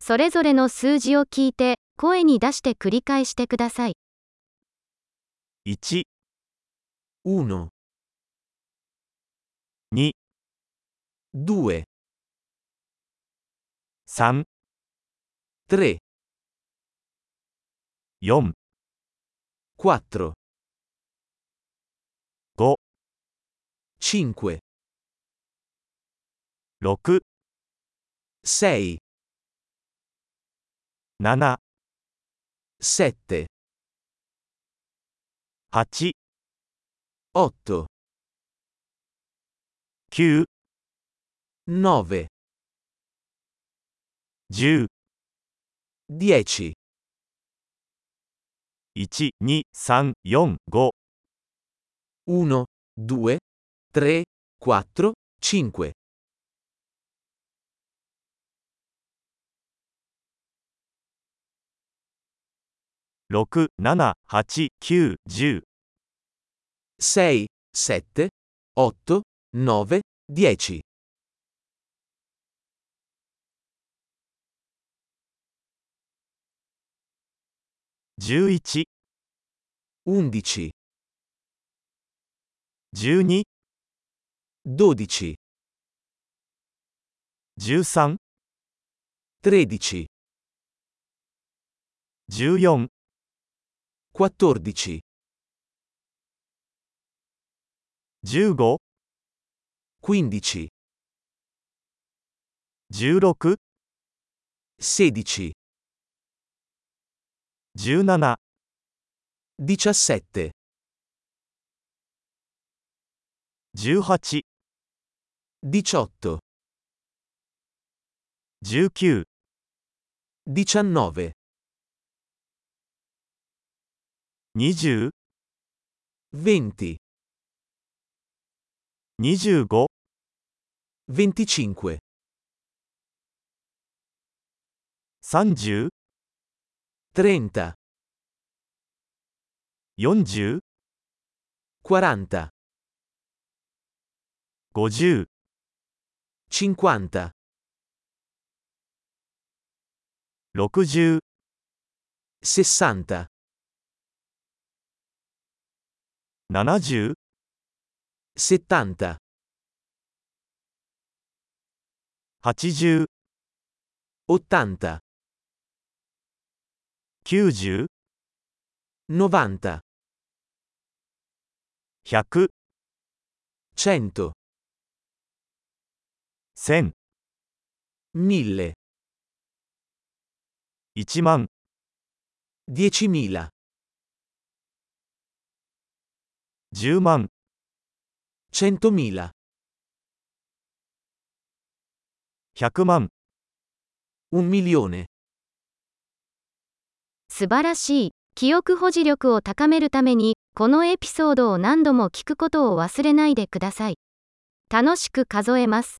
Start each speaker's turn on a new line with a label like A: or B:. A: それぞれの数字を聞いて、声に出して繰り返してください。
B: 1、
C: 1,
B: 2、
C: 2,
B: 3、
C: 3,
B: 4、
C: 4,
B: 5、
C: 5,
B: 6、
C: 6,
B: 7、
C: 7,
B: 8、
C: 8,
B: 9、
C: 9,
B: 10、
C: 10,
B: 1、2、3、4、5、
C: 1, 2, 3, 4, 5,
B: 6、7、8、9、10、
C: 6, 7, 8, 9, 10,
B: 11、
C: 11,
B: 12、
C: 12,
B: 13、
C: 13,
B: 14、
C: 14,
B: 15、
C: 15,
B: 16、
C: 16,
B: 17、
C: 17,
B: 18、
C: 18,
B: 19、
C: 19,
B: 20、
C: 20,
B: 25、
C: 25,
B: 30、
C: 30,
B: 40、
C: 40,
B: 50、
C: 50,
B: 60、
C: 60,
B: 70、
C: 70,
B: 80、
C: 80,
B: 90、
C: 90,
B: 100、
C: 100,
B: 1000、
C: 1000,
B: 1万、
C: 10.000,
B: 10万、
C: 100.000,
B: 100万、
C: 1 milione.
A: 素晴らしい。記憶保持力を高めるために、このエピソードを何度も聞くことを忘れないでください。楽しく数えます。